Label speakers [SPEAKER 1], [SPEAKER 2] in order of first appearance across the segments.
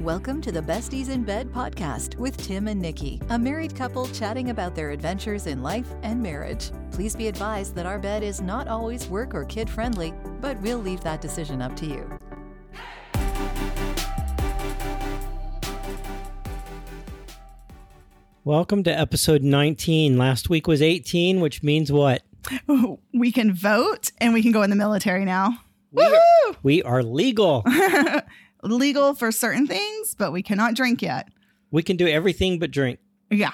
[SPEAKER 1] Welcome to the Besties in Bed podcast with Tim and Nikki, a married couple chatting about their adventures in life and marriage. Please be advised that our bed is not always work or kid friendly, but we'll leave that decision up to you.
[SPEAKER 2] Welcome to episode 19. Last week was 18, which means what?
[SPEAKER 3] we can vote and we can go in the military now.
[SPEAKER 2] We are legal.
[SPEAKER 3] Legal for certain things, but we cannot drink yet.
[SPEAKER 2] we can do everything but drink.
[SPEAKER 3] Yeah.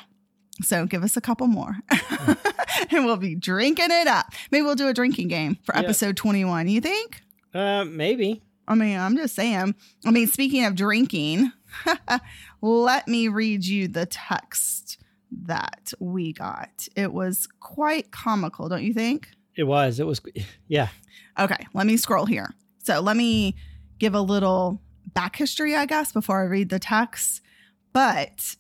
[SPEAKER 3] So give us a couple more and we'll be drinking it up. Maybe we'll do a drinking game for
[SPEAKER 2] Yeah.
[SPEAKER 3] episode 21. You think?
[SPEAKER 2] Uh, maybe.
[SPEAKER 3] I mean, I'm just saying. I mean, speaking of drinking, let me read you the text that we got. It was quite comical, don't you think?
[SPEAKER 2] It was. It was. Yeah.
[SPEAKER 3] Okay, let me scroll here. So let me give a little back history, I guess, before I read the text. But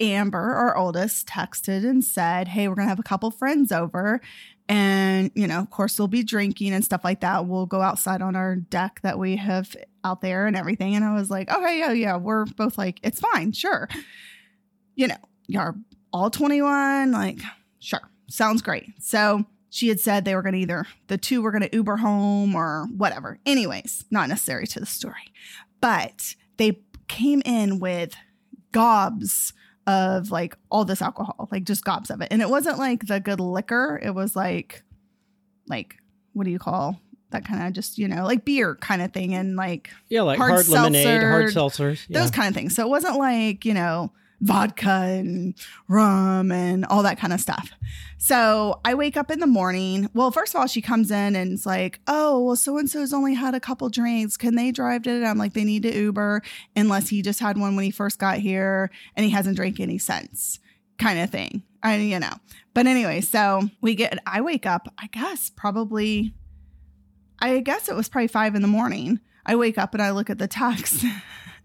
[SPEAKER 3] Amber, our oldest, texted and said, Hey, we're going to have a couple friends over. And, you know, of course, we'll be drinking and stuff like that. We'll go outside on our deck that we have out there and everything. And I was like, Okay, yeah, yeah. We're both like, It's fine, sure. You know, you're all 21, like, sure, sounds great. So, she had said they were going to either the two were going to Uber home or whatever. Anyways, not necessary to the story. But they came in with gobs of like all this alcohol, like just gobs of it. And it wasn't like the good liquor. It was like like what do you call that kind of just, you know, like beer kind of thing and like
[SPEAKER 2] Yeah, like hard,
[SPEAKER 3] Hard
[SPEAKER 2] lemonade, hard seltzers. Yeah.
[SPEAKER 3] those kind of things. So it wasn't like, you know, vodka and rum and all that kind of stuff. So I wake up in the morning. Well, first of all, she comes in and it's like, oh, well, so and so's only had a couple drinks. Can they drive to it? I'm like, they need to Uber unless he just had one when he first got here and he hasn't drank any since, kind of thing. I, you know, but anyway, so we get, I wake up, I guess probably, I guess it was probably five in the morning. I wake up and I look at the text.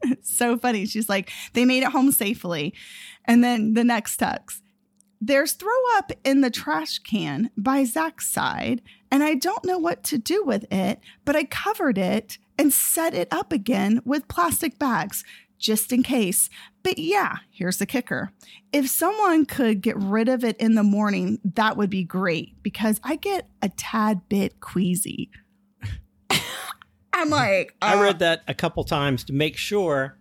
[SPEAKER 3] it's so funny. She's like, they made it home safely. And then the next text, there's throw up in the trash can by Zach's side. And I don't know what to do with it, but I covered it and set it up again with plastic bags just in case. But yeah, here's the kicker. If someone could get rid of it in the morning, that would be great because I get a tad bit queasy. I'm like,
[SPEAKER 2] I
[SPEAKER 3] uh,
[SPEAKER 2] read that a couple times to make sure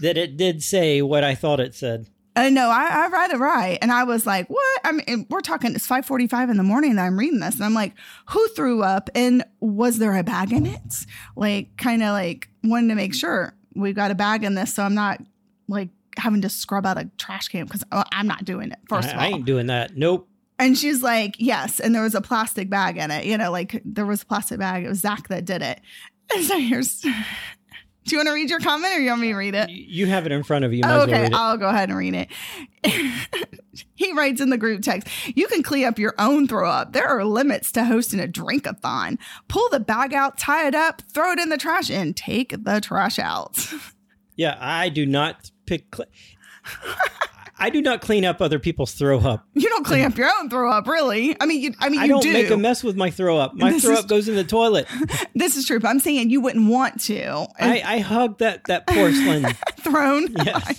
[SPEAKER 2] that it did say what I thought it said.
[SPEAKER 3] Uh, no, I, I read it right, and I was like, "What?" I mean, and we're talking. It's five forty-five in the morning, and I'm reading this, and I'm like, "Who threw up? And was there a bag in it?" Like, kind of like wanted to make sure we got a bag in this, so I'm not like having to scrub out a trash can because I'm not doing it. First
[SPEAKER 2] I,
[SPEAKER 3] of all,
[SPEAKER 2] I ain't doing that. Nope.
[SPEAKER 3] and she's like, yes. And there was a plastic bag in it. You know, like there was a plastic bag. It was Zach that did it. And so here's. Do you want to read your comment, or you want me to read it?
[SPEAKER 2] You have it in front of you. Might as well
[SPEAKER 3] Uh, okay,
[SPEAKER 2] read it.
[SPEAKER 3] I'll go ahead and read it. he writes in the group text You can clean up your own throw up. There are limits to hosting a drinkathon. Pull the bag out, tie it up, throw it in the trash, and take the trash out.
[SPEAKER 2] Yeah, I do not pick. Cl- I do not clean up other people's throw up.
[SPEAKER 3] You don't clean up your own throw up, really. I mean, you, I mean,
[SPEAKER 2] I
[SPEAKER 3] you
[SPEAKER 2] don't
[SPEAKER 3] do.
[SPEAKER 2] make a mess with my throw up. My
[SPEAKER 3] This
[SPEAKER 2] throw
[SPEAKER 3] is-
[SPEAKER 2] up goes in the toilet.
[SPEAKER 3] this is true, but I'm saying you wouldn't want to
[SPEAKER 2] I, I hug that that porcelain.
[SPEAKER 3] thrown
[SPEAKER 2] Yes,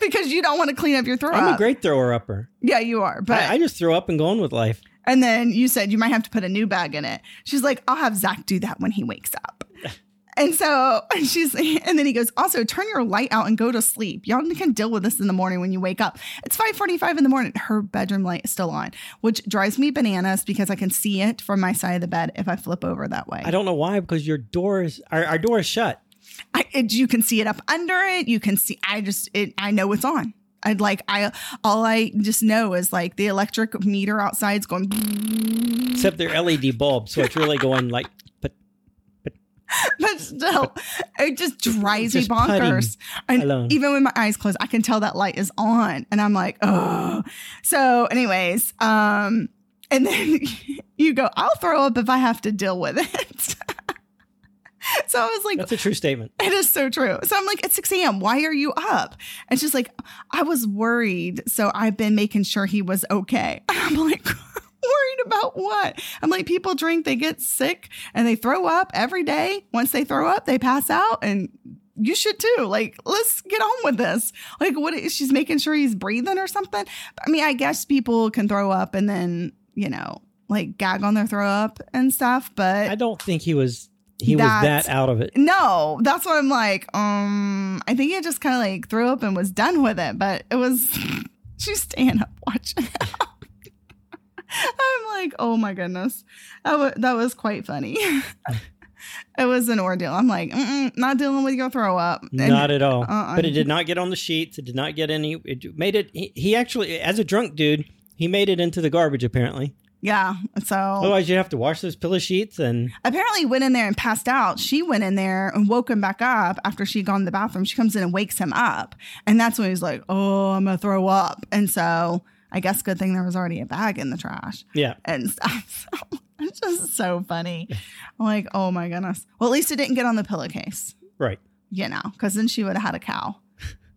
[SPEAKER 3] because you don't want to clean up your throw
[SPEAKER 2] I'm a
[SPEAKER 3] up.
[SPEAKER 2] great thrower upper.
[SPEAKER 3] yeah, you are. But
[SPEAKER 2] I, I just throw up and go on with life.
[SPEAKER 3] And then you said you might have to put a new bag in it. She's like, I'll have Zach do that when he wakes up. And so and she's, and then he goes, also turn your light out and go to sleep. Y'all can deal with this in the morning when you wake up. It's 545 in the morning. Her bedroom light is still on, which drives me bananas because I can see it from my side of the bed if I flip over that way.
[SPEAKER 2] I don't know why because your door is our, our door is shut.
[SPEAKER 3] I, it, you can see it up under it. You can see. I just. It, I know it's on. I'd like. I all I just know is like the electric meter outside's going.
[SPEAKER 2] Except they're LED bulbs, so it's really going like. But
[SPEAKER 3] But still, it just drives
[SPEAKER 2] Just
[SPEAKER 3] me bonkers. And
[SPEAKER 2] alone.
[SPEAKER 3] even with my eyes closed, I can tell that light is on, and I'm like, oh. So, anyways, um, and then you go, I'll throw up if I have to deal with it. so I was like,
[SPEAKER 2] that's a true statement.
[SPEAKER 3] it is so true. So I'm like, it's 6 a.m. Why are you up? And she's like, I was worried. So I've been making sure he was okay. I'm like, worried about what? I'm like, people drink, they get sick, and they throw up every day. Once they throw up, they pass out and you should too. Like, let's get on with this. Like, what is she's making sure he's breathing or something? I mean, I guess people can throw up and then, you know, like gag on their throw up and stuff, but
[SPEAKER 2] I don't think he was he was
[SPEAKER 3] That's-
[SPEAKER 2] that out of it.
[SPEAKER 3] no, that's what I'm like. Um, I think he just kind of like threw up and was done with it, but it was she's staying up watching. I'm like, oh my goodness, that was that was quite funny. it was an ordeal. I'm like, Mm-mm, not dealing with your throw up. And-
[SPEAKER 2] Not at all.
[SPEAKER 3] uh-uh.
[SPEAKER 2] But it did not get on the sheets. It did not get any. It made it. He, he actually, as a drunk dude, he made it into the garbage apparently.
[SPEAKER 3] yeah. So
[SPEAKER 2] Otherwise, you'd have to wash those pillow sheets and
[SPEAKER 3] apparently went in there and passed out. She went in there and woke him back up after she'd gone to the bathroom. She comes in and wakes him up. And that's when he's like, Oh, I'm gonna throw up. And so I guess good thing there was already a bag in the trash
[SPEAKER 2] yeah.
[SPEAKER 3] and stuff. So it's just so funny. I'm like, oh my goodness. Well, at least it didn't get on the pillowcase,
[SPEAKER 2] Right.
[SPEAKER 3] you know, because then she would have had a cow.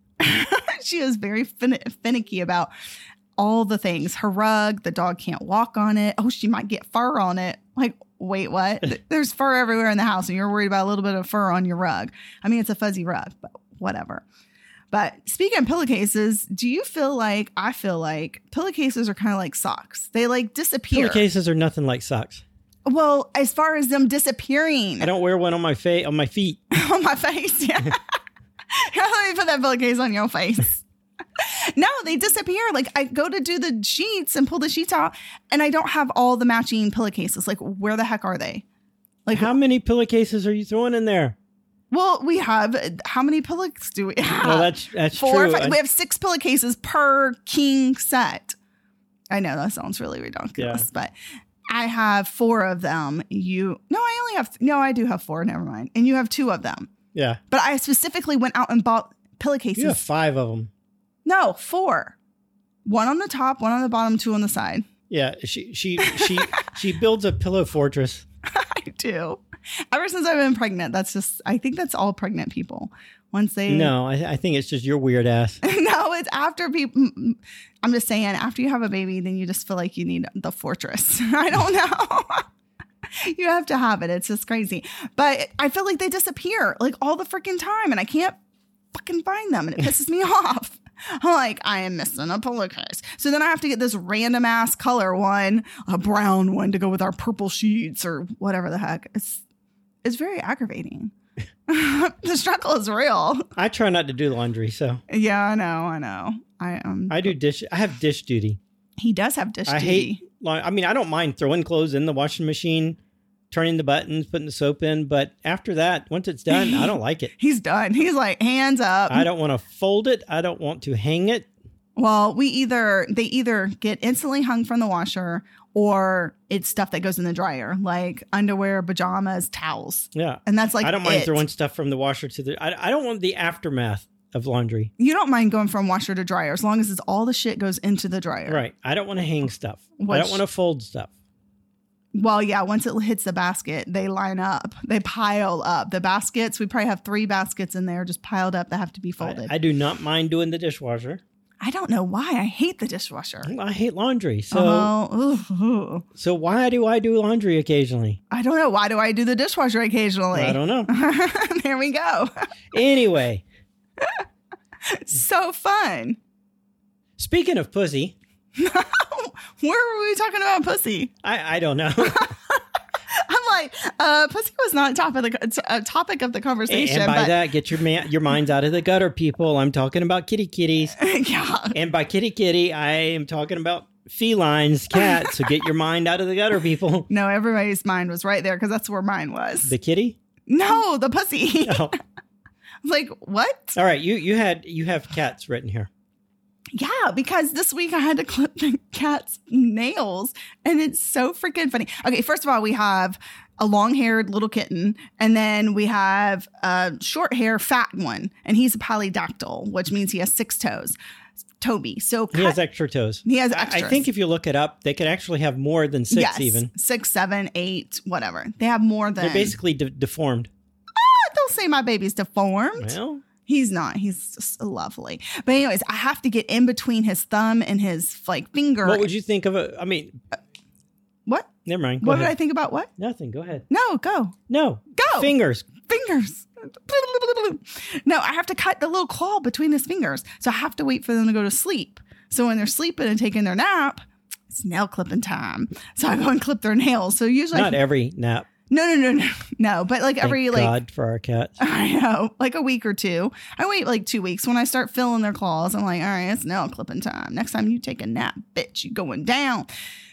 [SPEAKER 3] she was very fin- finicky about all the things her rug, the dog can't walk on it. Oh, she might get fur on it. Like, wait, what? Th- There's fur everywhere in the house, and you're worried about a little bit of fur on your rug. I mean, it's a fuzzy rug, but whatever. But speaking of pillowcases, do you feel like I feel like pillowcases are kind of like socks? They like disappear.
[SPEAKER 2] Pillow cases are nothing like socks.
[SPEAKER 3] Well, as far as them disappearing
[SPEAKER 2] I don't wear one on my fa- on my feet.
[SPEAKER 3] on my face, yeah. Here, let me put that pillowcase on your face. no, they disappear. Like I go to do the sheets and pull the sheets out, and I don't have all the matching pillowcases. Like, where the heck are they?
[SPEAKER 2] Like how many pillowcases are you throwing in there?
[SPEAKER 3] Well, we have how many pillowcases do we have?
[SPEAKER 2] Well, that's that's
[SPEAKER 3] Uh, Four.
[SPEAKER 2] true.
[SPEAKER 3] Five,
[SPEAKER 2] I-
[SPEAKER 3] we have six pillowcases per king set. I know that sounds really ridiculous, but I have four of them. You no, I only have no, I do have four. Never mind. And you have two of them.
[SPEAKER 2] yeah,
[SPEAKER 3] But I specifically went out and bought pillowcases.
[SPEAKER 2] you have five of them.
[SPEAKER 3] No, four. One on the top, one on the bottom, two on the side.
[SPEAKER 2] Yeah, she she she she builds a pillow fortress.
[SPEAKER 3] I do. Ever since I've been pregnant, that's just I think that's all pregnant people. Once they
[SPEAKER 2] No, I, I think it's just your weird ass.
[SPEAKER 3] no, it's after people. I'm just saying, after you have a baby, then you just feel like you need the fortress. I don't know. you have to have it. It's just crazy. But I feel like they disappear like all the freaking time, and I can't fucking find them, and it pisses me off. I'm like, I am missing a pillowcase. So then I have to get this random ass color one, a brown one to go with our purple sheets or whatever the heck. It's it's very aggravating. the struggle is real.
[SPEAKER 2] I try not to do laundry, so
[SPEAKER 3] Yeah, I know, I know. I um
[SPEAKER 2] I do dish. I have dish duty.
[SPEAKER 3] he does have dish
[SPEAKER 2] I
[SPEAKER 3] duty.
[SPEAKER 2] hate. Laun- I mean, I don't mind throwing clothes in the washing machine, turning the buttons, putting the soap in, but after that, once it's done, I don't like it.
[SPEAKER 3] He's done. He's like hands up.
[SPEAKER 2] I don't want to fold it. I don't want to hang it.
[SPEAKER 3] well, we either they either get instantly hung from the washer or it's stuff that goes in the dryer, like underwear, pajamas, towels.
[SPEAKER 2] Yeah,
[SPEAKER 3] And that's like
[SPEAKER 2] I don't mind
[SPEAKER 3] it.
[SPEAKER 2] throwing stuff from the washer to the. I, I don't want the aftermath of laundry.
[SPEAKER 3] You don't mind going from washer to dryer as long as it's all the shit goes into the dryer.
[SPEAKER 2] Right. I don't want to hang stuff. I
[SPEAKER 3] Which-
[SPEAKER 2] don't want to fold stuff.
[SPEAKER 3] Well, yeah, once it hits the basket, they line up. They pile up. The baskets, we probably have three baskets in there just piled up that have to be
[SPEAKER 2] I,
[SPEAKER 3] folded.
[SPEAKER 2] I do not mind doing the dishwasher.
[SPEAKER 3] I don't know why. I hate the dishwasher.
[SPEAKER 2] I hate laundry. So
[SPEAKER 3] oh, ooh, ooh.
[SPEAKER 2] so why do I do laundry occasionally?
[SPEAKER 3] I don't know. Why do I do the dishwasher occasionally?
[SPEAKER 2] I don't know.
[SPEAKER 3] there we go.
[SPEAKER 2] anyway,
[SPEAKER 3] so fun.
[SPEAKER 2] speaking of pussy,
[SPEAKER 3] Oh, Where were we talking about pussy?
[SPEAKER 2] I, I don't know.
[SPEAKER 3] I'm like, uh, pussy was not top of the it's a topic of the
[SPEAKER 2] and,
[SPEAKER 3] conversation,
[SPEAKER 2] and by
[SPEAKER 3] but
[SPEAKER 2] that, get your man, your minds out of the gutter, people. I'm talking about kitty kitties.
[SPEAKER 3] yeah,
[SPEAKER 2] And by kitty kitty, I am talking about felines, cats. so get your mind out of the gutter, people.
[SPEAKER 3] no, everybody's mind was right there because that's where mine was.
[SPEAKER 2] The kitty?
[SPEAKER 3] no, the pussy.
[SPEAKER 2] Oh.
[SPEAKER 3] I'm like, what?
[SPEAKER 2] All right, you you had you have cats written here.
[SPEAKER 3] Yeah, because this week I had to clip the cat's nails and it's so freaking funny. Okay, first of all, we have a long haired little kitten, and then we have a short hair fat one, and he's a polydactyl, which means he has six toes. Toby. So
[SPEAKER 2] He
[SPEAKER 3] cut-
[SPEAKER 2] has extra toes.
[SPEAKER 3] he has
[SPEAKER 2] I-
[SPEAKER 3] extras.
[SPEAKER 2] I think if you look it up, they could actually have more than six.
[SPEAKER 3] yes,
[SPEAKER 2] Even
[SPEAKER 3] six, seven, eight, whatever. They have more than
[SPEAKER 2] they're basically de- deformed.
[SPEAKER 3] But don't say my baby's deformed.
[SPEAKER 2] Well,
[SPEAKER 3] He's not. He's just lovely. But anyways, I have to get in between his thumb and his like finger.
[SPEAKER 2] what would you think of a? I mean,
[SPEAKER 3] what?
[SPEAKER 2] never mind. Go
[SPEAKER 3] What
[SPEAKER 2] ahead.
[SPEAKER 3] did I think about what?
[SPEAKER 2] Nothing. Go ahead.
[SPEAKER 3] No, go.
[SPEAKER 2] No.
[SPEAKER 3] Go.
[SPEAKER 2] Fingers.
[SPEAKER 3] Fingers. No, I have to cut the little claw between his fingers. So I have to wait for them to go to sleep. So when they're sleeping and taking their nap, it's nail clipping time. So I go and clip their nails. So usually,
[SPEAKER 2] Not every nap.
[SPEAKER 3] no, no, no, no, no. But like
[SPEAKER 2] Thank
[SPEAKER 3] every like
[SPEAKER 2] God for our cats.
[SPEAKER 3] I know, like a week or two. I wait like two weeks. When I start feeling their claws, I'm like, all right, it's nail clipping time. Next time you take a nap, bitch, you going down.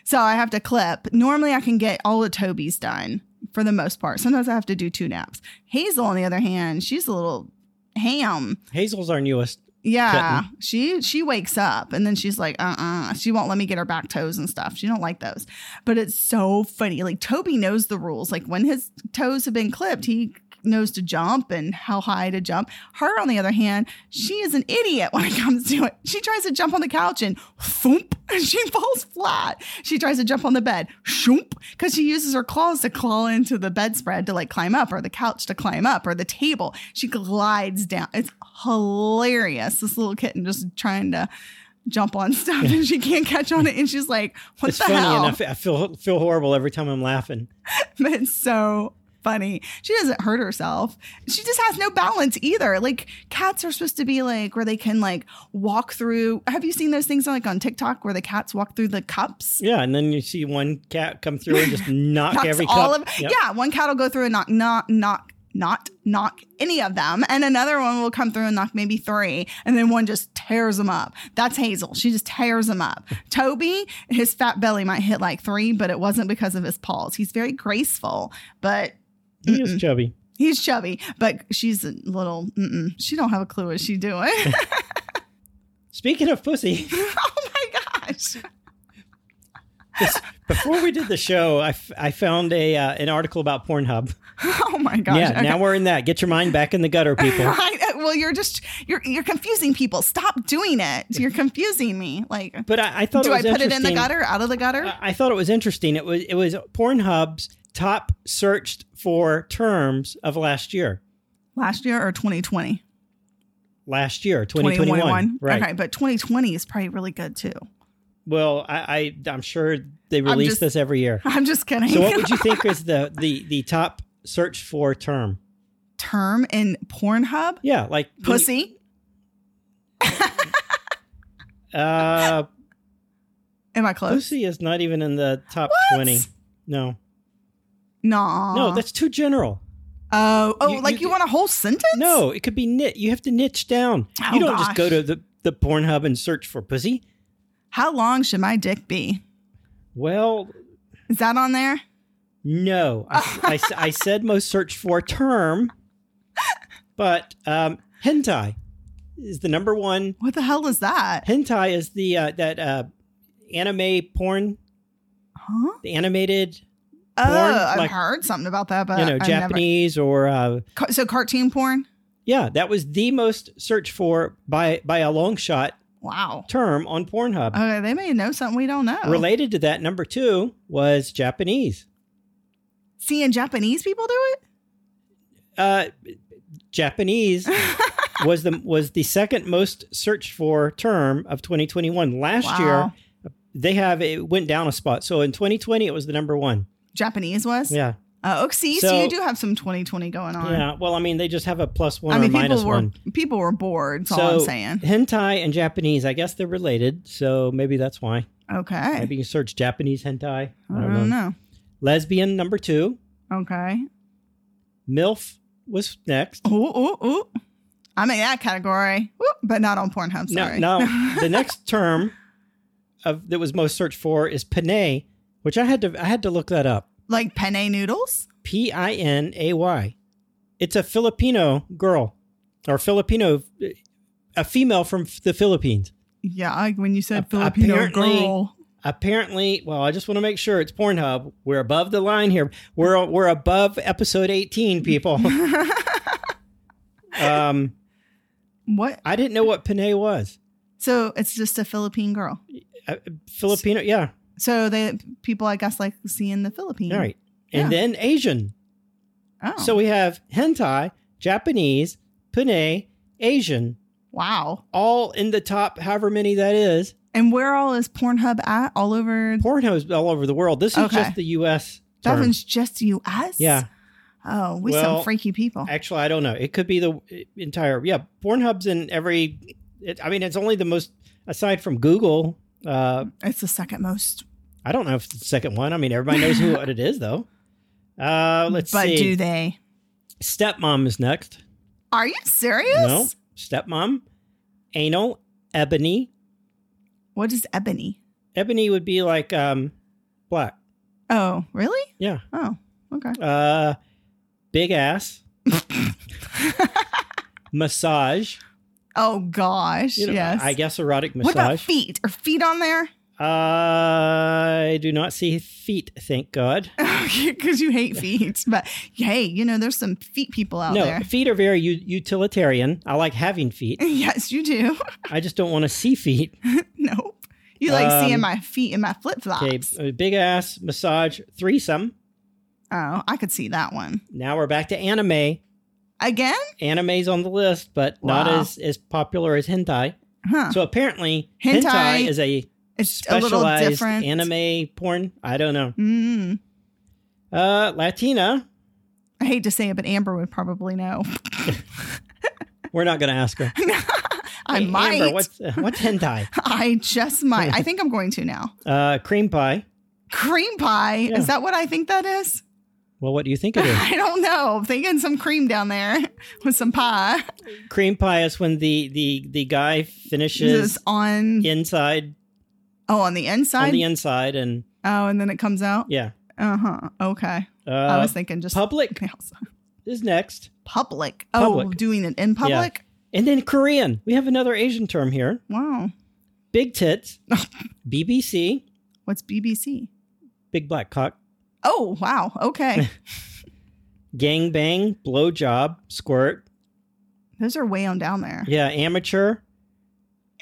[SPEAKER 3] So I have to clip. Normally, I can get all of Toby's done for the most part. Sometimes I have to do two naps. Hazel, on the other hand, she's a little ham.
[SPEAKER 2] Hazel's our newest.
[SPEAKER 3] Yeah, she she wakes up and then she's like, uh, uh She won't let me get her back toes and stuff. She don't like those. But it's so funny. Like Toby knows the rules. Like when his toes have been clipped, he knows to jump and how high to jump. Her, on the other hand, she is an idiot when it comes to it. She tries to jump on the couch and thump, and she falls flat. She tries to jump on the bed, shoomp, because she uses her claws to claw into the bedspread to like climb up or the couch to climb up or the table. She glides down. It's hilarious. This little kitten just trying to jump on stuff and she can't catch on it. And she's like, what
[SPEAKER 2] it's
[SPEAKER 3] the
[SPEAKER 2] funny,
[SPEAKER 3] hell?
[SPEAKER 2] and I, f- I feel feel horrible every time I'm laughing.
[SPEAKER 3] but it's so funny. She doesn't hurt herself. She just has no balance either. Like cats are supposed to be like where they can like walk through. Have you seen those things on like on TikTok where the cats walk through the cups?
[SPEAKER 2] Yeah, and then you see one cat come through and just knock
[SPEAKER 3] Knocks
[SPEAKER 2] every
[SPEAKER 3] all
[SPEAKER 2] cup.
[SPEAKER 3] of
[SPEAKER 2] Yep.
[SPEAKER 3] yeah. One cat will go through and knock knock knock not knock any of them and another one will come through and knock maybe three and then one just tears them up that's hazel she just tears them up toby his fat belly might hit like three but it wasn't because of his paws he's very graceful but
[SPEAKER 2] He is chubby.
[SPEAKER 3] He's chubby, but she's a little. Mm-mm, she don't have a clue what she's doing.
[SPEAKER 2] Speaking of pussy,
[SPEAKER 3] oh my gosh!
[SPEAKER 2] this- before we did the show, I, f- I found a uh, an article about Pornhub.
[SPEAKER 3] Oh my gosh!
[SPEAKER 2] yeah, now we're in that. Get your mind back in the gutter, people.
[SPEAKER 3] I, well, you're just you're you're confusing people. Stop doing it. You're confusing me. Like,
[SPEAKER 2] But I, I thought
[SPEAKER 3] do
[SPEAKER 2] it
[SPEAKER 3] I
[SPEAKER 2] Oh, was
[SPEAKER 3] put it in the
[SPEAKER 2] interesting.
[SPEAKER 3] gutter, out of the gutter?
[SPEAKER 2] I I thought it was interesting. It was it was Pornhub's top searched for terms of last year.
[SPEAKER 3] Last year or 2020,
[SPEAKER 2] Last year, 2021. Right.
[SPEAKER 3] Okay, but 2020 is probably really good too.
[SPEAKER 2] Well, I, I I'm sure they release
[SPEAKER 3] just-
[SPEAKER 2] this every year.
[SPEAKER 3] I'm just kidding.
[SPEAKER 2] So what would you think is the the the top search for term?
[SPEAKER 3] term in Pornhub?
[SPEAKER 2] Yeah, like
[SPEAKER 3] Pussy.
[SPEAKER 2] Uh,
[SPEAKER 3] Am I close?
[SPEAKER 2] pussy is not even in the top
[SPEAKER 3] What?
[SPEAKER 2] 20. No.
[SPEAKER 3] No.
[SPEAKER 2] No, that's too general.
[SPEAKER 3] Oh, oh,
[SPEAKER 2] You-
[SPEAKER 3] like
[SPEAKER 2] you-
[SPEAKER 3] you want a whole sentence?
[SPEAKER 2] No, it could be knit. You have to niche down.
[SPEAKER 3] Oh,
[SPEAKER 2] you don't just
[SPEAKER 3] gosh.
[SPEAKER 2] go to the, the Pornhub and search for pussy.
[SPEAKER 3] How long should my dick be?
[SPEAKER 2] Well,
[SPEAKER 3] Is that on there?
[SPEAKER 2] No, I, I s- I said most searched for term, but um, hentai is the number one.
[SPEAKER 3] What the hell is that?
[SPEAKER 2] Hentai is the uh, that uh, anime porn,
[SPEAKER 3] Huh?
[SPEAKER 2] the animated,
[SPEAKER 3] Oh,
[SPEAKER 2] Porn,
[SPEAKER 3] I've
[SPEAKER 2] like-
[SPEAKER 3] heard something about that, but
[SPEAKER 2] you know,
[SPEAKER 3] I've
[SPEAKER 2] Japanese or uh,
[SPEAKER 3] Never, Ca- so cartoon porn.
[SPEAKER 2] yeah, that was the most searched for by by a long shot
[SPEAKER 3] Wow.
[SPEAKER 2] term on Pornhub.
[SPEAKER 3] Okay, they may know something we don't know.
[SPEAKER 2] Related to that, number two was Japanese.
[SPEAKER 3] Seeing Japanese people do it.
[SPEAKER 2] Uh, Japanese was the was the second most searched for term of 2021. Last
[SPEAKER 3] Wow.
[SPEAKER 2] year, they have it went down a spot. So in 2020, it was the number one.
[SPEAKER 3] Japanese was.
[SPEAKER 2] Yeah,
[SPEAKER 3] Oh, okay, see, so,
[SPEAKER 2] So-
[SPEAKER 3] you do have some 2020 going on.
[SPEAKER 2] yeah. Well, I mean, they just have a plus one
[SPEAKER 3] I mean,
[SPEAKER 2] or minus
[SPEAKER 3] people were
[SPEAKER 2] one.
[SPEAKER 3] people were bored. That's
[SPEAKER 2] so
[SPEAKER 3] all I'm saying.
[SPEAKER 2] hentai and Japanese, I guess they're related. So maybe that's why.
[SPEAKER 3] Okay.
[SPEAKER 2] Maybe you search Japanese hentai.
[SPEAKER 3] I don't know.
[SPEAKER 2] Lesbian number two.
[SPEAKER 3] Okay.
[SPEAKER 2] MILF was next.
[SPEAKER 3] Ooh, ooh, ooh. I'm in that category, Woo, but not on Pornhub. Sorry.
[SPEAKER 2] Now, now the next term of that was most searched for is pinay, which I had to I had to look that up.
[SPEAKER 3] like penne noodles.
[SPEAKER 2] P I N A Y. It's a Filipino girl or Filipino, a female from the Philippines.
[SPEAKER 3] Yeah, like when you said
[SPEAKER 2] Ap-
[SPEAKER 3] Filipino
[SPEAKER 2] apparently-
[SPEAKER 3] girl.
[SPEAKER 2] Apparently, well, I just want to make sure it's Pornhub. We're above the line here. We're we're above episode eighteen, people. um,
[SPEAKER 3] What?
[SPEAKER 2] I didn't know what Pinay was.
[SPEAKER 3] So it's just a Philippine girl.
[SPEAKER 2] Uh, Filipino, yeah,
[SPEAKER 3] So they people, I guess, like seeing the Philippines.
[SPEAKER 2] all right. And
[SPEAKER 3] Yeah.
[SPEAKER 2] then Asian.
[SPEAKER 3] Oh.
[SPEAKER 2] So we have hentai, Japanese, Pinay, Asian,
[SPEAKER 3] wow.
[SPEAKER 2] all in the top, however many that is.
[SPEAKER 3] And where all is Pornhub at? All over.
[SPEAKER 2] Pornhub is all over the world. This is
[SPEAKER 3] Okay.
[SPEAKER 2] just the U.S.
[SPEAKER 3] that
[SPEAKER 2] term.
[SPEAKER 3] one's just U.S.
[SPEAKER 2] yeah.
[SPEAKER 3] Oh, we
[SPEAKER 2] Well,
[SPEAKER 3] some freaky people.
[SPEAKER 2] Actually, I don't know. It could be the entire. Yeah, Pornhub's in every. It, I mean, it's only the most aside from Google. Uh,
[SPEAKER 3] it's the second most.
[SPEAKER 2] I don't know if it's the second one. I mean, everybody knows who what it is though. Uh, let's
[SPEAKER 3] but
[SPEAKER 2] see.
[SPEAKER 3] do they?
[SPEAKER 2] Stepmom is next.
[SPEAKER 3] Are you serious?
[SPEAKER 2] No, stepmom, anal, ebony.
[SPEAKER 3] What is ebony?
[SPEAKER 2] Ebony would be like um, black.
[SPEAKER 3] Oh, really?
[SPEAKER 2] Yeah.
[SPEAKER 3] Oh, okay.
[SPEAKER 2] Uh, big ass. massage.
[SPEAKER 3] Oh gosh,
[SPEAKER 2] You know,
[SPEAKER 3] yes.
[SPEAKER 2] I guess erotic
[SPEAKER 3] what about
[SPEAKER 2] massage. Uh,
[SPEAKER 3] feet? Are feet on there?
[SPEAKER 2] I do not see feet, thank God.
[SPEAKER 3] Because you hate feet, but hey, you know there's some feet people out
[SPEAKER 2] no,
[SPEAKER 3] Oh, there.
[SPEAKER 2] feet are very u- utilitarian. I like having feet.
[SPEAKER 3] yes, you do.
[SPEAKER 2] I just don't want to see feet.
[SPEAKER 3] nope. You like
[SPEAKER 2] Um,
[SPEAKER 3] seeing my feet in my flip
[SPEAKER 2] Okay,
[SPEAKER 3] flops.
[SPEAKER 2] uh, big ass massage threesome. uh,
[SPEAKER 3] Oh, I could see that one
[SPEAKER 2] Now we're back to anime.
[SPEAKER 3] again,
[SPEAKER 2] Anime's on the list, but not
[SPEAKER 3] Wow.
[SPEAKER 2] as as popular as hentai.
[SPEAKER 3] huh?
[SPEAKER 2] So apparently, hentai,
[SPEAKER 3] Hentai
[SPEAKER 2] is a
[SPEAKER 3] it's a little
[SPEAKER 2] specialized
[SPEAKER 3] different.
[SPEAKER 2] anime porn. I don't know.
[SPEAKER 3] Mm,
[SPEAKER 2] Uh, Latina.
[SPEAKER 3] I hate to say it, but Amber would probably know.
[SPEAKER 2] We're not going to ask her.
[SPEAKER 3] I
[SPEAKER 2] Hey,
[SPEAKER 3] might.
[SPEAKER 2] Amber, what's uh, what's hentai?
[SPEAKER 3] I just might. I think I'm going to now.
[SPEAKER 2] Uh, cream pie.
[SPEAKER 3] Cream pie.
[SPEAKER 2] Yeah.
[SPEAKER 3] Is that what I think that is?
[SPEAKER 2] Well, what do you think it is?
[SPEAKER 3] I don't know. I'm thinking some cream down there with some pie.
[SPEAKER 2] cream pie is when the the the guy
[SPEAKER 3] Just
[SPEAKER 2] finishes
[SPEAKER 3] on
[SPEAKER 2] inside
[SPEAKER 3] oh on the inside.
[SPEAKER 2] on the inside and
[SPEAKER 3] oh, and then it comes out.
[SPEAKER 2] yeah
[SPEAKER 3] Uh huh. Okay.
[SPEAKER 2] uh,
[SPEAKER 3] I was thinking just
[SPEAKER 2] public is next
[SPEAKER 3] public. Oh,
[SPEAKER 2] Public.
[SPEAKER 3] doing it in public.
[SPEAKER 2] and then korean we have another asian term here
[SPEAKER 3] Wow.
[SPEAKER 2] big tits bbc
[SPEAKER 3] What's BBC?
[SPEAKER 2] big black cock
[SPEAKER 3] Oh wow. Okay.
[SPEAKER 2] gang bang blow job squirt
[SPEAKER 3] Those are way on down there.
[SPEAKER 2] yeah amateur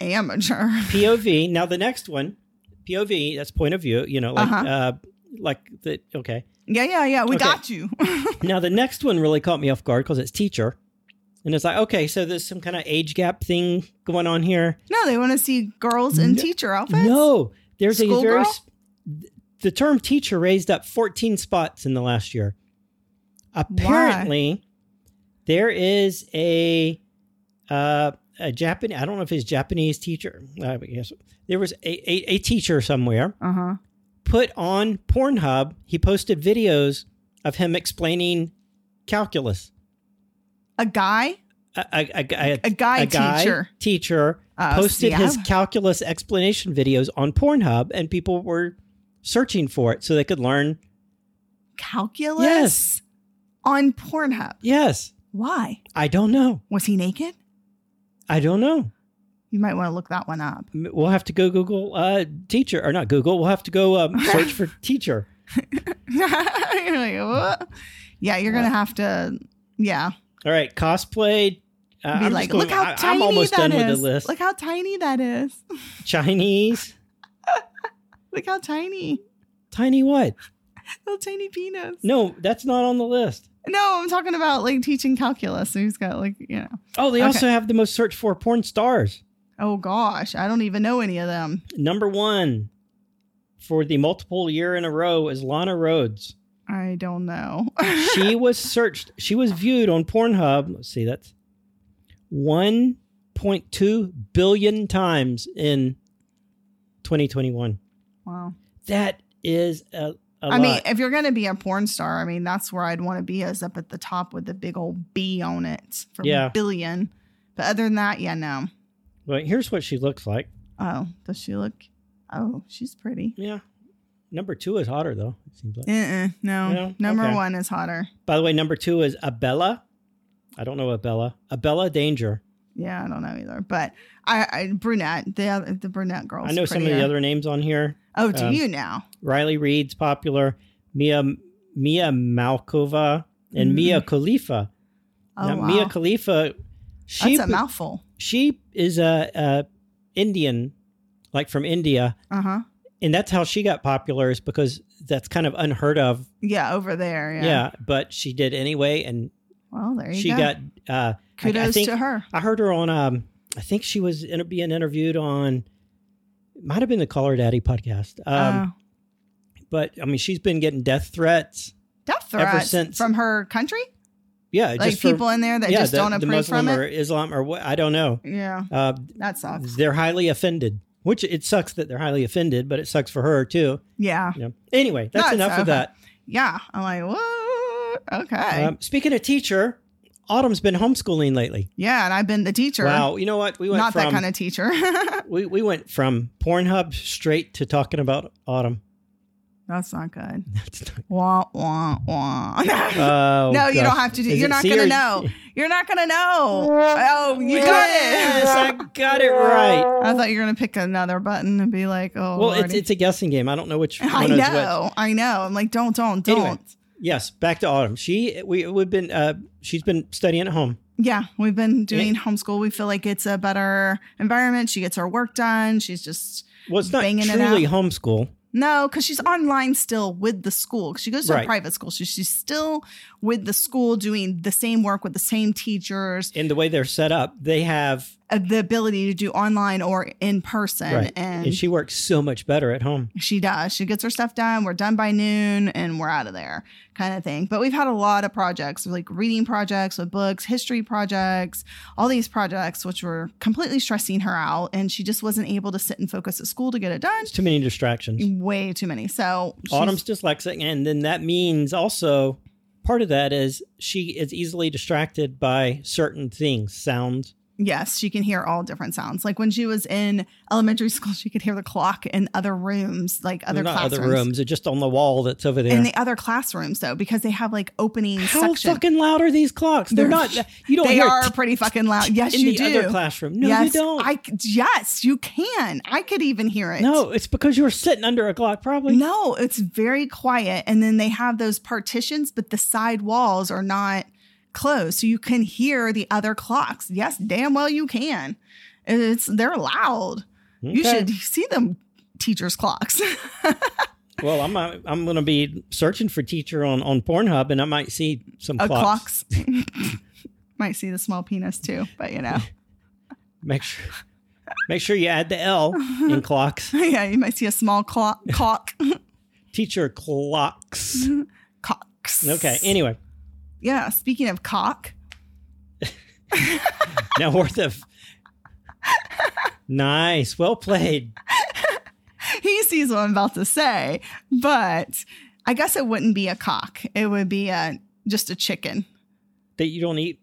[SPEAKER 3] Amateur.
[SPEAKER 2] pov now the next one pov that's point of view you know like
[SPEAKER 3] Uh-huh.
[SPEAKER 2] uh like the okay
[SPEAKER 3] Yeah, yeah, yeah. We
[SPEAKER 2] Okay.
[SPEAKER 3] got you.
[SPEAKER 2] Now the next one really caught me off guard because it's teacher, and it's like okay, so there's some kind of age gap thing going on here.
[SPEAKER 3] no, they want to see girls in
[SPEAKER 2] No-
[SPEAKER 3] teacher outfits.
[SPEAKER 2] No, there's a very
[SPEAKER 3] Schoolgirl?
[SPEAKER 2] s- the term teacher raised up 14 spots in the last year. Apparently, there is a uh, a Japanese. I don't know if it's Japanese teacher. I guess there was a, a, a teacher somewhere
[SPEAKER 3] Uh huh.
[SPEAKER 2] put on Pornhub. He posted videos of him explaining calculus.
[SPEAKER 3] A guy.
[SPEAKER 2] a, a, a,
[SPEAKER 3] A guy
[SPEAKER 2] a
[SPEAKER 3] teacher.
[SPEAKER 2] teacher Uh,
[SPEAKER 3] Oh,
[SPEAKER 2] posted
[SPEAKER 3] see,
[SPEAKER 2] his
[SPEAKER 3] I've-
[SPEAKER 2] calculus explanation videos on Pornhub, and people were searching for it so they could learn.
[SPEAKER 3] Calculus.
[SPEAKER 2] Yes.
[SPEAKER 3] On Pornhub.
[SPEAKER 2] Yes,
[SPEAKER 3] Why
[SPEAKER 2] I don't know.
[SPEAKER 3] was he naked?
[SPEAKER 2] I don't know.
[SPEAKER 3] You might want to look that one up.
[SPEAKER 2] M- We'll have to go Google uh, teacher, or not Google. We'll have to go um, search for teacher.
[SPEAKER 3] You're like, "What?" Yeah, you're gonna have to. Yeah,
[SPEAKER 2] All right, cosplay. Uh,
[SPEAKER 3] be
[SPEAKER 2] I'm
[SPEAKER 3] like,
[SPEAKER 2] just going-
[SPEAKER 3] look how
[SPEAKER 2] I-
[SPEAKER 3] tiny
[SPEAKER 2] I'm almost
[SPEAKER 3] that
[SPEAKER 2] done with
[SPEAKER 3] is.
[SPEAKER 2] the list.
[SPEAKER 3] Look how tiny that is.
[SPEAKER 2] Chinese,
[SPEAKER 3] Look how tiny,
[SPEAKER 2] tiny what?
[SPEAKER 3] little tiny penis. No,
[SPEAKER 2] No, that's not on the list.
[SPEAKER 3] I'm talking about like teaching calculus. So he's got like, you know,
[SPEAKER 2] Oh, they
[SPEAKER 3] Okay.
[SPEAKER 2] also have the most searched for porn stars.
[SPEAKER 3] oh gosh, I don't even know any of them.
[SPEAKER 2] Number one for the multiple year in a row is Lana Rhodes.
[SPEAKER 3] I don't know.
[SPEAKER 2] She was searched, she was viewed on Pornhub. Let's see, that's 1.2 billion times in 2021.
[SPEAKER 3] wow.
[SPEAKER 2] That is a, a
[SPEAKER 3] I
[SPEAKER 2] lot.
[SPEAKER 3] mean, if you're gonna be a porn star, I mean, that's where I'd want to be is up at the top with the big old B on it for
[SPEAKER 2] Yeah.
[SPEAKER 3] billion. But other than that, yeah, no.
[SPEAKER 2] Well, here's what she looks like.
[SPEAKER 3] Oh, does she look? Oh, she's pretty.
[SPEAKER 2] Yeah. Number two is hotter, though, it seems like.
[SPEAKER 3] Uh-uh, no.
[SPEAKER 2] No?
[SPEAKER 3] Number
[SPEAKER 2] Okay.
[SPEAKER 3] one is hotter.
[SPEAKER 2] By the way, number two is Abella. I don't know Abella. Abella Danger.
[SPEAKER 3] Yeah, I don't know either. But I, I brunette, the other, the brunette girl.
[SPEAKER 2] I know some of the other names on here.
[SPEAKER 3] Oh, do
[SPEAKER 2] um,
[SPEAKER 3] you now?
[SPEAKER 2] Riley Reed's popular, Mia Mia Malkova and
[SPEAKER 3] Mhm.
[SPEAKER 2] Mia Khalifa.
[SPEAKER 3] Oh,
[SPEAKER 2] now,
[SPEAKER 3] wow.
[SPEAKER 2] Mia Khalifa, she
[SPEAKER 3] That's a mouthful.
[SPEAKER 2] she is a, a Indian, like from India,
[SPEAKER 3] Uh huh.
[SPEAKER 2] and that's how she got popular is because that's kind of unheard of.
[SPEAKER 3] Yeah, over there.
[SPEAKER 2] Yeah,
[SPEAKER 3] Yeah.
[SPEAKER 2] but she did anyway, and
[SPEAKER 3] Well, there you
[SPEAKER 2] she
[SPEAKER 3] go.
[SPEAKER 2] got. Uh, I- I,
[SPEAKER 3] Kudos
[SPEAKER 2] think,
[SPEAKER 3] to her.
[SPEAKER 2] I heard her on. Um, I think she was inter- being interviewed on. it Might have been the Caller Daddy podcast, um,
[SPEAKER 3] Uh,
[SPEAKER 2] but I mean, she's been getting death threats.
[SPEAKER 3] death
[SPEAKER 2] ever
[SPEAKER 3] threats
[SPEAKER 2] since-
[SPEAKER 3] from her country,
[SPEAKER 2] yeah,
[SPEAKER 3] like
[SPEAKER 2] just for-
[SPEAKER 3] people in there that
[SPEAKER 2] yeah,
[SPEAKER 3] just
[SPEAKER 2] the-
[SPEAKER 3] don't
[SPEAKER 2] the
[SPEAKER 3] approve
[SPEAKER 2] Muslim
[SPEAKER 3] from it.
[SPEAKER 2] or Islam or what I don't know.
[SPEAKER 3] yeah,
[SPEAKER 2] Uh,
[SPEAKER 3] that sucks.
[SPEAKER 2] they're highly offended, which it sucks that they're highly offended, but it sucks for her too.
[SPEAKER 3] Yeah,
[SPEAKER 2] You know. Anyway, that's
[SPEAKER 3] That's
[SPEAKER 2] enough of
[SPEAKER 3] okay.
[SPEAKER 2] that.
[SPEAKER 3] yeah. I'm like, what? Okay,
[SPEAKER 2] Um, speaking of teacher, Autumn's been homeschooling lately.
[SPEAKER 3] yeah. And I've been the teacher.
[SPEAKER 2] Wow, you know what? We went
[SPEAKER 3] Not
[SPEAKER 2] from
[SPEAKER 3] that kind of teacher.
[SPEAKER 2] we, we went from Pornhub straight to talking about Autumn.
[SPEAKER 3] That's not good.
[SPEAKER 2] That's not-
[SPEAKER 3] Wah wah wah.
[SPEAKER 2] Oh,
[SPEAKER 3] no, you
[SPEAKER 2] gosh.
[SPEAKER 3] don't have to do.
[SPEAKER 2] Is
[SPEAKER 3] You're
[SPEAKER 2] it
[SPEAKER 3] not
[SPEAKER 2] C
[SPEAKER 3] gonna
[SPEAKER 2] or-
[SPEAKER 3] know. You're not gonna know. Oh, you got
[SPEAKER 2] Yes,
[SPEAKER 3] it.
[SPEAKER 2] I got it right.
[SPEAKER 3] I thought you were gonna pick another button and be like, oh,
[SPEAKER 2] Well,
[SPEAKER 3] Lordy.
[SPEAKER 2] it's, it's a guessing game. I don't know which one
[SPEAKER 3] I
[SPEAKER 2] is which.
[SPEAKER 3] know, I know. I'm like, don't, don't, don't.
[SPEAKER 2] Anyway. Yes, back to Autumn. She we we've been uh she's been studying at home.
[SPEAKER 3] Yeah, we've been doing homeschool. We feel like it's a better environment. She gets her work done. She's just
[SPEAKER 2] Well, it's not
[SPEAKER 3] Banging it
[SPEAKER 2] truly
[SPEAKER 3] out.
[SPEAKER 2] homeschool.
[SPEAKER 3] no, because she's online still with the school. She goes to
[SPEAKER 2] Right.
[SPEAKER 3] a private school, so she's still with the school doing the same work with the same teachers.
[SPEAKER 2] In the way they're set up, they have
[SPEAKER 3] uh, The ability to do online or in person,
[SPEAKER 2] right.
[SPEAKER 3] and,
[SPEAKER 2] and she works so much better at home.
[SPEAKER 3] She does. She gets her stuff done. We're done by noon and we're out of there kind of thing. But we've had a lot of projects like reading projects with books, history projects, all these projects, which were completely stressing her out. And she just wasn't able to sit and focus at school to get it done.
[SPEAKER 2] It's too many distractions.
[SPEAKER 3] Way too many. So, she's-
[SPEAKER 2] Autumn's dyslexic, and then that means also part of that is she is easily distracted by certain things, sound.
[SPEAKER 3] yes, she can hear all different sounds. Like when she was in elementary school, she could hear the clock in other rooms, like other
[SPEAKER 2] not
[SPEAKER 3] classrooms.
[SPEAKER 2] other rooms, they're just on the wall that's over there.
[SPEAKER 3] In the other classrooms, though, because they have like opening
[SPEAKER 2] How
[SPEAKER 3] section.
[SPEAKER 2] fucking loud are these clocks? They're,
[SPEAKER 3] They're-
[SPEAKER 2] not. You don't
[SPEAKER 3] they
[SPEAKER 2] hear
[SPEAKER 3] are
[SPEAKER 2] t-
[SPEAKER 3] pretty fucking loud. Yes,
[SPEAKER 2] in
[SPEAKER 3] you
[SPEAKER 2] the
[SPEAKER 3] do.
[SPEAKER 2] other classroom. No,
[SPEAKER 3] yes,
[SPEAKER 2] you don't.
[SPEAKER 3] I c- yes, you can. I could even hear it.
[SPEAKER 2] no, it's because you were sitting under a clock, probably.
[SPEAKER 3] no, it's very quiet. And then they have those partitions, but the side walls are not closed, so you can hear the other clocks. Yes, damn well you can. It's they're loud. You
[SPEAKER 2] Okay.
[SPEAKER 3] should see them teachers' clocks.
[SPEAKER 2] Well, I'm uh, I'm going to be searching for teacher on on Pornhub, and I might see some
[SPEAKER 3] Uh,
[SPEAKER 2] clocks.
[SPEAKER 3] clocks. Might see the small penis too, but you know,
[SPEAKER 2] Make sure make sure you add the L in clocks.
[SPEAKER 3] yeah, you might see a small clock, clock,
[SPEAKER 2] Teacher clocks.
[SPEAKER 3] cocks.
[SPEAKER 2] Okay. Anyway,
[SPEAKER 3] yeah. Speaking of cock,
[SPEAKER 2] now worth of. Nice. Well played.
[SPEAKER 3] he sees what I'm about to say, but I guess it wouldn't be a cock. It would be a just a chicken.
[SPEAKER 2] That you don't eat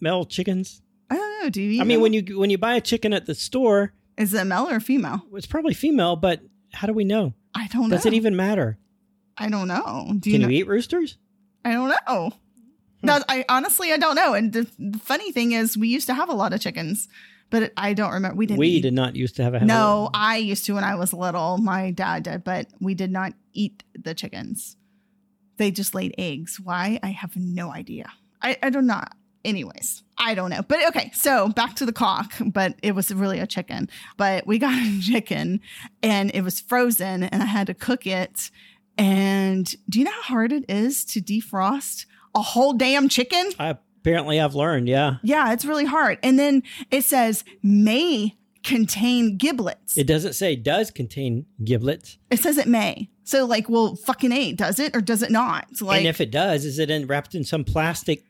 [SPEAKER 2] male chickens.
[SPEAKER 3] I don't know. Do you?
[SPEAKER 2] I mean, when you when you buy a chicken at the store,
[SPEAKER 3] is it male or female?
[SPEAKER 2] it's probably female, but how do we know?
[SPEAKER 3] I don't
[SPEAKER 2] Does
[SPEAKER 3] know.
[SPEAKER 2] it even matter?
[SPEAKER 3] I don't know. Oh, Do you
[SPEAKER 2] Can
[SPEAKER 3] know?
[SPEAKER 2] you eat Hmm. roosters?
[SPEAKER 3] I don't know. No, I honestly I don't know. And the, the funny thing is, we used to have a lot of chickens, but I don't remember. We didn't.
[SPEAKER 2] We
[SPEAKER 3] eat-
[SPEAKER 2] did not used to have a
[SPEAKER 3] No, I used to when I was little. My dad did, but we did not eat the chickens. They just laid eggs. Why? I have no idea. I, I don't know. Anyways, I don't know. But okay, so back to the cock, but it was really a chicken. But we got a chicken and it was frozen and I had to cook it. And do you know how hard it is to defrost a whole damn chicken?
[SPEAKER 2] I, apparently, I've learned. Yeah,
[SPEAKER 3] Yeah, it's really hard. And then it says may contain giblets.
[SPEAKER 2] it doesn't say does contain giblets.
[SPEAKER 3] It says it may. So like, well, fucking a does it or does it not? Like,
[SPEAKER 2] and if it does, is it in, wrapped in some plastic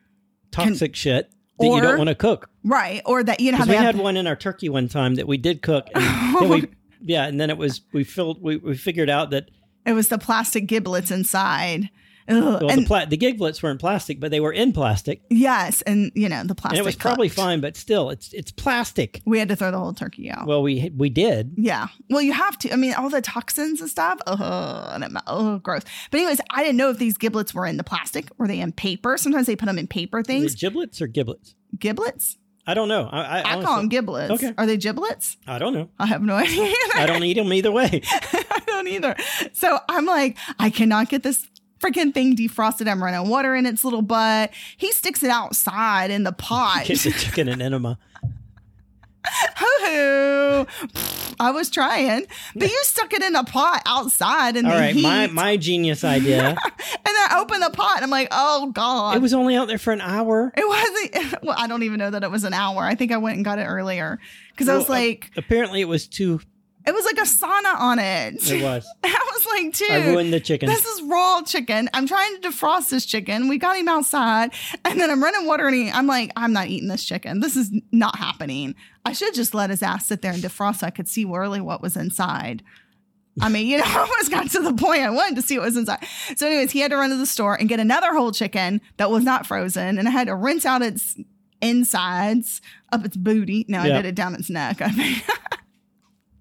[SPEAKER 2] toxic shit that you
[SPEAKER 3] or-
[SPEAKER 2] don't want to cook?
[SPEAKER 3] right, or that you know how
[SPEAKER 2] Because
[SPEAKER 3] they
[SPEAKER 2] we
[SPEAKER 3] have, Oh
[SPEAKER 2] had one in our turkey one time that we did cook, and then we yeah, and then it was we filled we, we figured out that
[SPEAKER 3] it was the plastic giblets inside. Ugh.
[SPEAKER 2] well
[SPEAKER 3] Uh, and
[SPEAKER 2] the pla- the giblets weren't plastic, but they were in plastic,
[SPEAKER 3] yes, and you know the plastic.
[SPEAKER 2] and it was probably
[SPEAKER 3] cooked.
[SPEAKER 2] fine, but still, it's it's plastic.
[SPEAKER 3] We had to throw the whole turkey out.
[SPEAKER 2] Well, we we did.
[SPEAKER 3] yeah. Well, you have to. I mean, all the toxins and stuff. Ugh, and it- oh, gross. But anyways, I didn't know if these giblets were in the plastic. Were they in paper? Sometimes they put them in paper
[SPEAKER 2] Is
[SPEAKER 3] things.
[SPEAKER 2] it giblets or giblets?
[SPEAKER 3] Giblets?
[SPEAKER 2] I don't know. I I,
[SPEAKER 3] I call them
[SPEAKER 2] honestly,
[SPEAKER 3] giblets.
[SPEAKER 2] Okay.
[SPEAKER 3] Are they giblets?
[SPEAKER 2] I don't know.
[SPEAKER 3] I have no idea. either.
[SPEAKER 2] I don't eat them either way.
[SPEAKER 3] I don't either. So I'm like, I cannot get this freaking thing defrosted. I'm running water in its little butt. He sticks it outside in the pot.
[SPEAKER 2] Get the chicken and enema.
[SPEAKER 3] Hoo-hoo. Pfft, I was trying, but you stuck it in a pot outside in
[SPEAKER 2] All
[SPEAKER 3] the
[SPEAKER 2] right,
[SPEAKER 3] heat.
[SPEAKER 2] my my genius idea.
[SPEAKER 3] and then I opened the pot. And I'm like, oh god.
[SPEAKER 2] it was only out there for an hour.
[SPEAKER 3] It wasn't. Well, I don't even know that it was an hour. I think I went and got it earlier because I was
[SPEAKER 2] Well, uh,
[SPEAKER 3] like,
[SPEAKER 2] apparently it was too
[SPEAKER 3] It was like a sauna on it.
[SPEAKER 2] It was.
[SPEAKER 3] I was like, dude,
[SPEAKER 2] I ruined the chicken.
[SPEAKER 3] this is raw chicken. I'm trying to defrost this chicken. We got him outside, and then I'm running water and he, I'm like, I'm not eating this chicken. This is not happening. I should just let his ass sit there and defrost so I could see really what was inside. I mean, you know, I almost got to the point I wanted to see what was inside. So, anyways, he had to run to the store and get another whole chicken that was not frozen, and I had to rinse out its insides up its booty. No,
[SPEAKER 2] Yeah.
[SPEAKER 3] I did it down its neck. I think.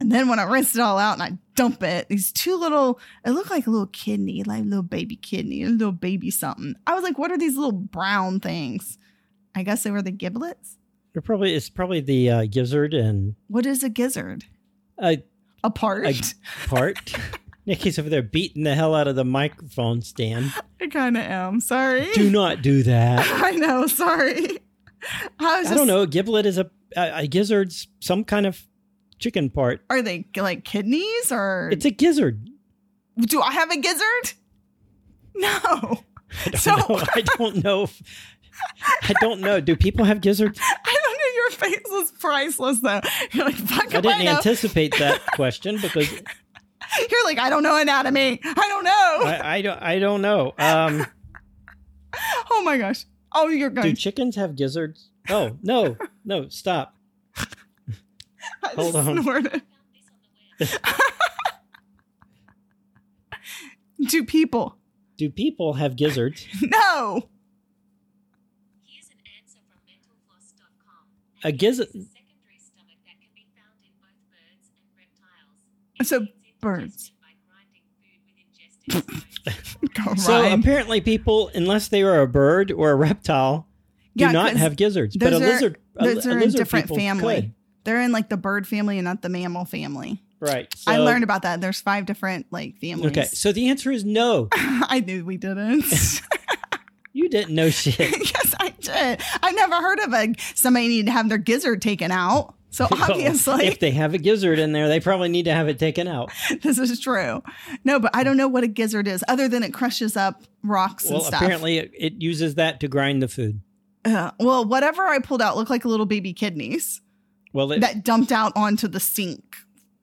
[SPEAKER 3] and then when I rinsed it all out and I dump it, these two little, it looked like a little kidney, like a little baby kidney, a little baby something. I was like, what are these little brown things? I guess they were the giblets.
[SPEAKER 2] They're probably it's probably the uh, gizzard and
[SPEAKER 3] What is a gizzard?
[SPEAKER 2] uh,
[SPEAKER 3] A part?
[SPEAKER 2] A- part. Nikki's over there beating the hell out of the microphone stand.
[SPEAKER 3] I kind of am. Sorry.
[SPEAKER 2] Do not do that.
[SPEAKER 3] I know. Sorry. I was
[SPEAKER 2] I
[SPEAKER 3] just-
[SPEAKER 2] don't know. A giblet is a, a, a gizzard's some kind of chicken part.
[SPEAKER 3] Are they like kidneys or
[SPEAKER 2] It's a gizzard.
[SPEAKER 3] do I have a gizzard? No.
[SPEAKER 2] I don't
[SPEAKER 3] So-
[SPEAKER 2] know. I don't know. If, I don't know. Do people have gizzards?
[SPEAKER 3] I don't know. Your face was priceless, though. You're like, fuck,
[SPEAKER 2] I
[SPEAKER 3] if I
[SPEAKER 2] didn't
[SPEAKER 3] know.
[SPEAKER 2] anticipate that question because
[SPEAKER 3] You're like, I don't know anatomy. I don't know.
[SPEAKER 2] I, I don't. I don't know. Um,
[SPEAKER 3] oh my gosh. Oh, you're
[SPEAKER 2] do
[SPEAKER 3] going.
[SPEAKER 2] chickens have gizzards? Oh no, no! Stop.
[SPEAKER 3] I just
[SPEAKER 2] hold on.
[SPEAKER 3] snorted. Do people?
[SPEAKER 2] Do people have gizzards?
[SPEAKER 3] No.
[SPEAKER 4] Here's an answer from mentalfloss.com.
[SPEAKER 2] A gizzard.
[SPEAKER 4] It's a secondary stomach that can be found in both birds and reptiles.
[SPEAKER 3] So,
[SPEAKER 4] aids in
[SPEAKER 3] birds.
[SPEAKER 4] digestion by grinding food with ingested stones.
[SPEAKER 3] Go
[SPEAKER 2] So
[SPEAKER 3] Ryan.
[SPEAKER 2] apparently, people, unless they are a bird or a reptile, do
[SPEAKER 3] Yeah,
[SPEAKER 2] not
[SPEAKER 3] 'cause
[SPEAKER 2] have gizzards. But a
[SPEAKER 3] those are-
[SPEAKER 2] lizard, a,
[SPEAKER 3] Those
[SPEAKER 2] a
[SPEAKER 3] are in
[SPEAKER 2] lizard
[SPEAKER 3] different
[SPEAKER 2] people
[SPEAKER 3] family.
[SPEAKER 2] could.
[SPEAKER 3] They're in like the bird family and not the mammal family.
[SPEAKER 2] right?
[SPEAKER 3] I
[SPEAKER 2] so-
[SPEAKER 3] learned about that. There's five different like families.
[SPEAKER 2] Okay, so the answer is no.
[SPEAKER 3] I knew we didn't.
[SPEAKER 2] You didn't know shit.
[SPEAKER 3] yes, I did. I've never heard of a somebody need to have their gizzard taken out. So
[SPEAKER 2] Well,
[SPEAKER 3] obviously,
[SPEAKER 2] if they have a gizzard in there, they probably need to have it taken out.
[SPEAKER 3] this is true. No, but I don't know what a gizzard is, other than it crushes up rocks
[SPEAKER 2] Well,
[SPEAKER 3] and stuff.
[SPEAKER 2] apparently, it, it uses that to grind the food.
[SPEAKER 3] Uh, well, whatever I pulled out looked like little baby kidneys
[SPEAKER 2] Well, it,
[SPEAKER 3] that dumped out onto the sink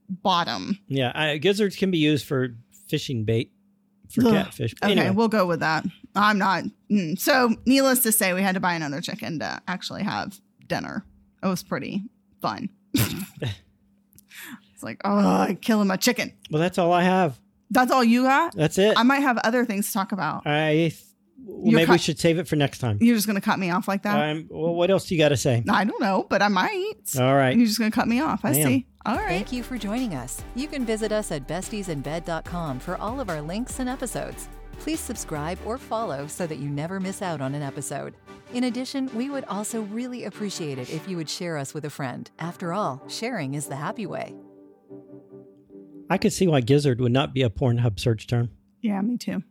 [SPEAKER 3] bottom.
[SPEAKER 2] yeah, I, gizzards can be used for fishing bait for
[SPEAKER 3] Ugh.
[SPEAKER 2] catfish.
[SPEAKER 3] Okay,
[SPEAKER 2] anyway,
[SPEAKER 3] we'll go with that. I'm not. mm. So, needless to say, we had to buy another chicken to actually have dinner. It was pretty fun. it's like, oh, killing my chicken.
[SPEAKER 2] well, that's all I have.
[SPEAKER 3] That's all you got?
[SPEAKER 2] That's it.
[SPEAKER 3] I might have other things to talk about.
[SPEAKER 2] I th- well,
[SPEAKER 3] You're
[SPEAKER 2] maybe we
[SPEAKER 3] cut-
[SPEAKER 2] should save it for next time.
[SPEAKER 3] You're just going to cut me off like that?
[SPEAKER 2] Um, well, what else do you got to say?
[SPEAKER 3] I don't know, but I might.
[SPEAKER 2] Uh, All right.
[SPEAKER 3] You're just going to cut me off. I
[SPEAKER 2] Ma'am.
[SPEAKER 3] see. All right.
[SPEAKER 1] Thank you for joining us. You can visit us at bestiesinbed.com for all of our links and episodes. Please subscribe or follow so that you never miss out on an episode. In addition, we would also really appreciate it if you would share us with a friend. After all, sharing is the happy way.
[SPEAKER 2] I could see why gizzard would not be a Pornhub search term.
[SPEAKER 3] Yeah, me too.